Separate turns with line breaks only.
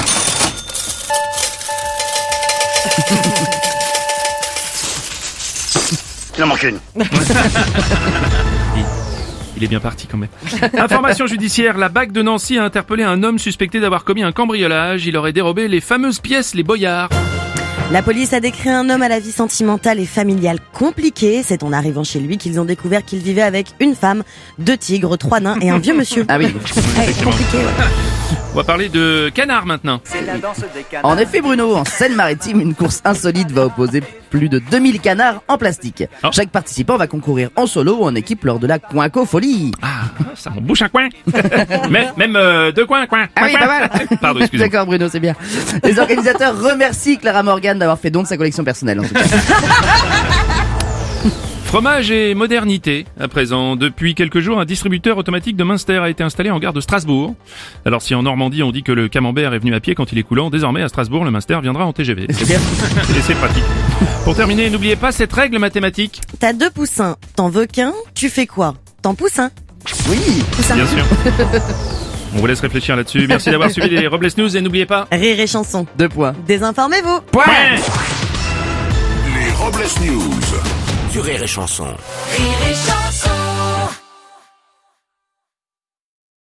Il en manque une.
Il est bien parti quand même. Information judiciaire, la BAC de Nancy a interpellé un homme suspecté d'avoir commis un cambriolage. Il aurait dérobé les fameuses pièces, les boyards.
La police a décrit un homme à la vie sentimentale et familiale compliquée. C'est en arrivant chez lui qu'ils ont découvert qu'il vivait avec une femme, deux tigres, trois nains et un vieux monsieur.
Ah oui.
Ouais, compliqué, ouais.
On va parler de canard maintenant.
En effet, Bruno, en Seine-Maritime, une course insolite va opposer plus de 2000 canards en plastique.
Oh.
Chaque participant va concourir en solo ou en équipe lors de la Coinco Folie.
Ah, ça en bouche un coin. même même euh, deux coins, coin.
Ah oui,
coin,
pas
coin.
mal.
Pardon, excusez-moi.
D'accord, Bruno, c'est bien. Les organisateurs remercient Clara Morgan d'avoir fait don de sa collection personnelle, en tout cas.
Fromage et modernité. À présent, depuis quelques jours, un distributeur automatique de Munster a été installé en gare de Strasbourg. Alors si en Normandie on dit que le camembert est venu à pied quand il est coulant, désormais à Strasbourg le Munster viendra en TGV. C'est bien. Et c'est pratique. Pour terminer, n'oubliez pas cette règle mathématique.
T'as deux poussins, t'en veux qu'un, tu fais quoi T'en pousses un.
Oui.
Poussin.
Bien sûr. On vous laisse réfléchir là-dessus. Merci d'avoir suivi les Robles News et n'oubliez pas.
Rire et chanson.
Deux points.
Désinformez-vous
Point
Les Robles News.
Sur Rire et Chanson.
Rire et chanson.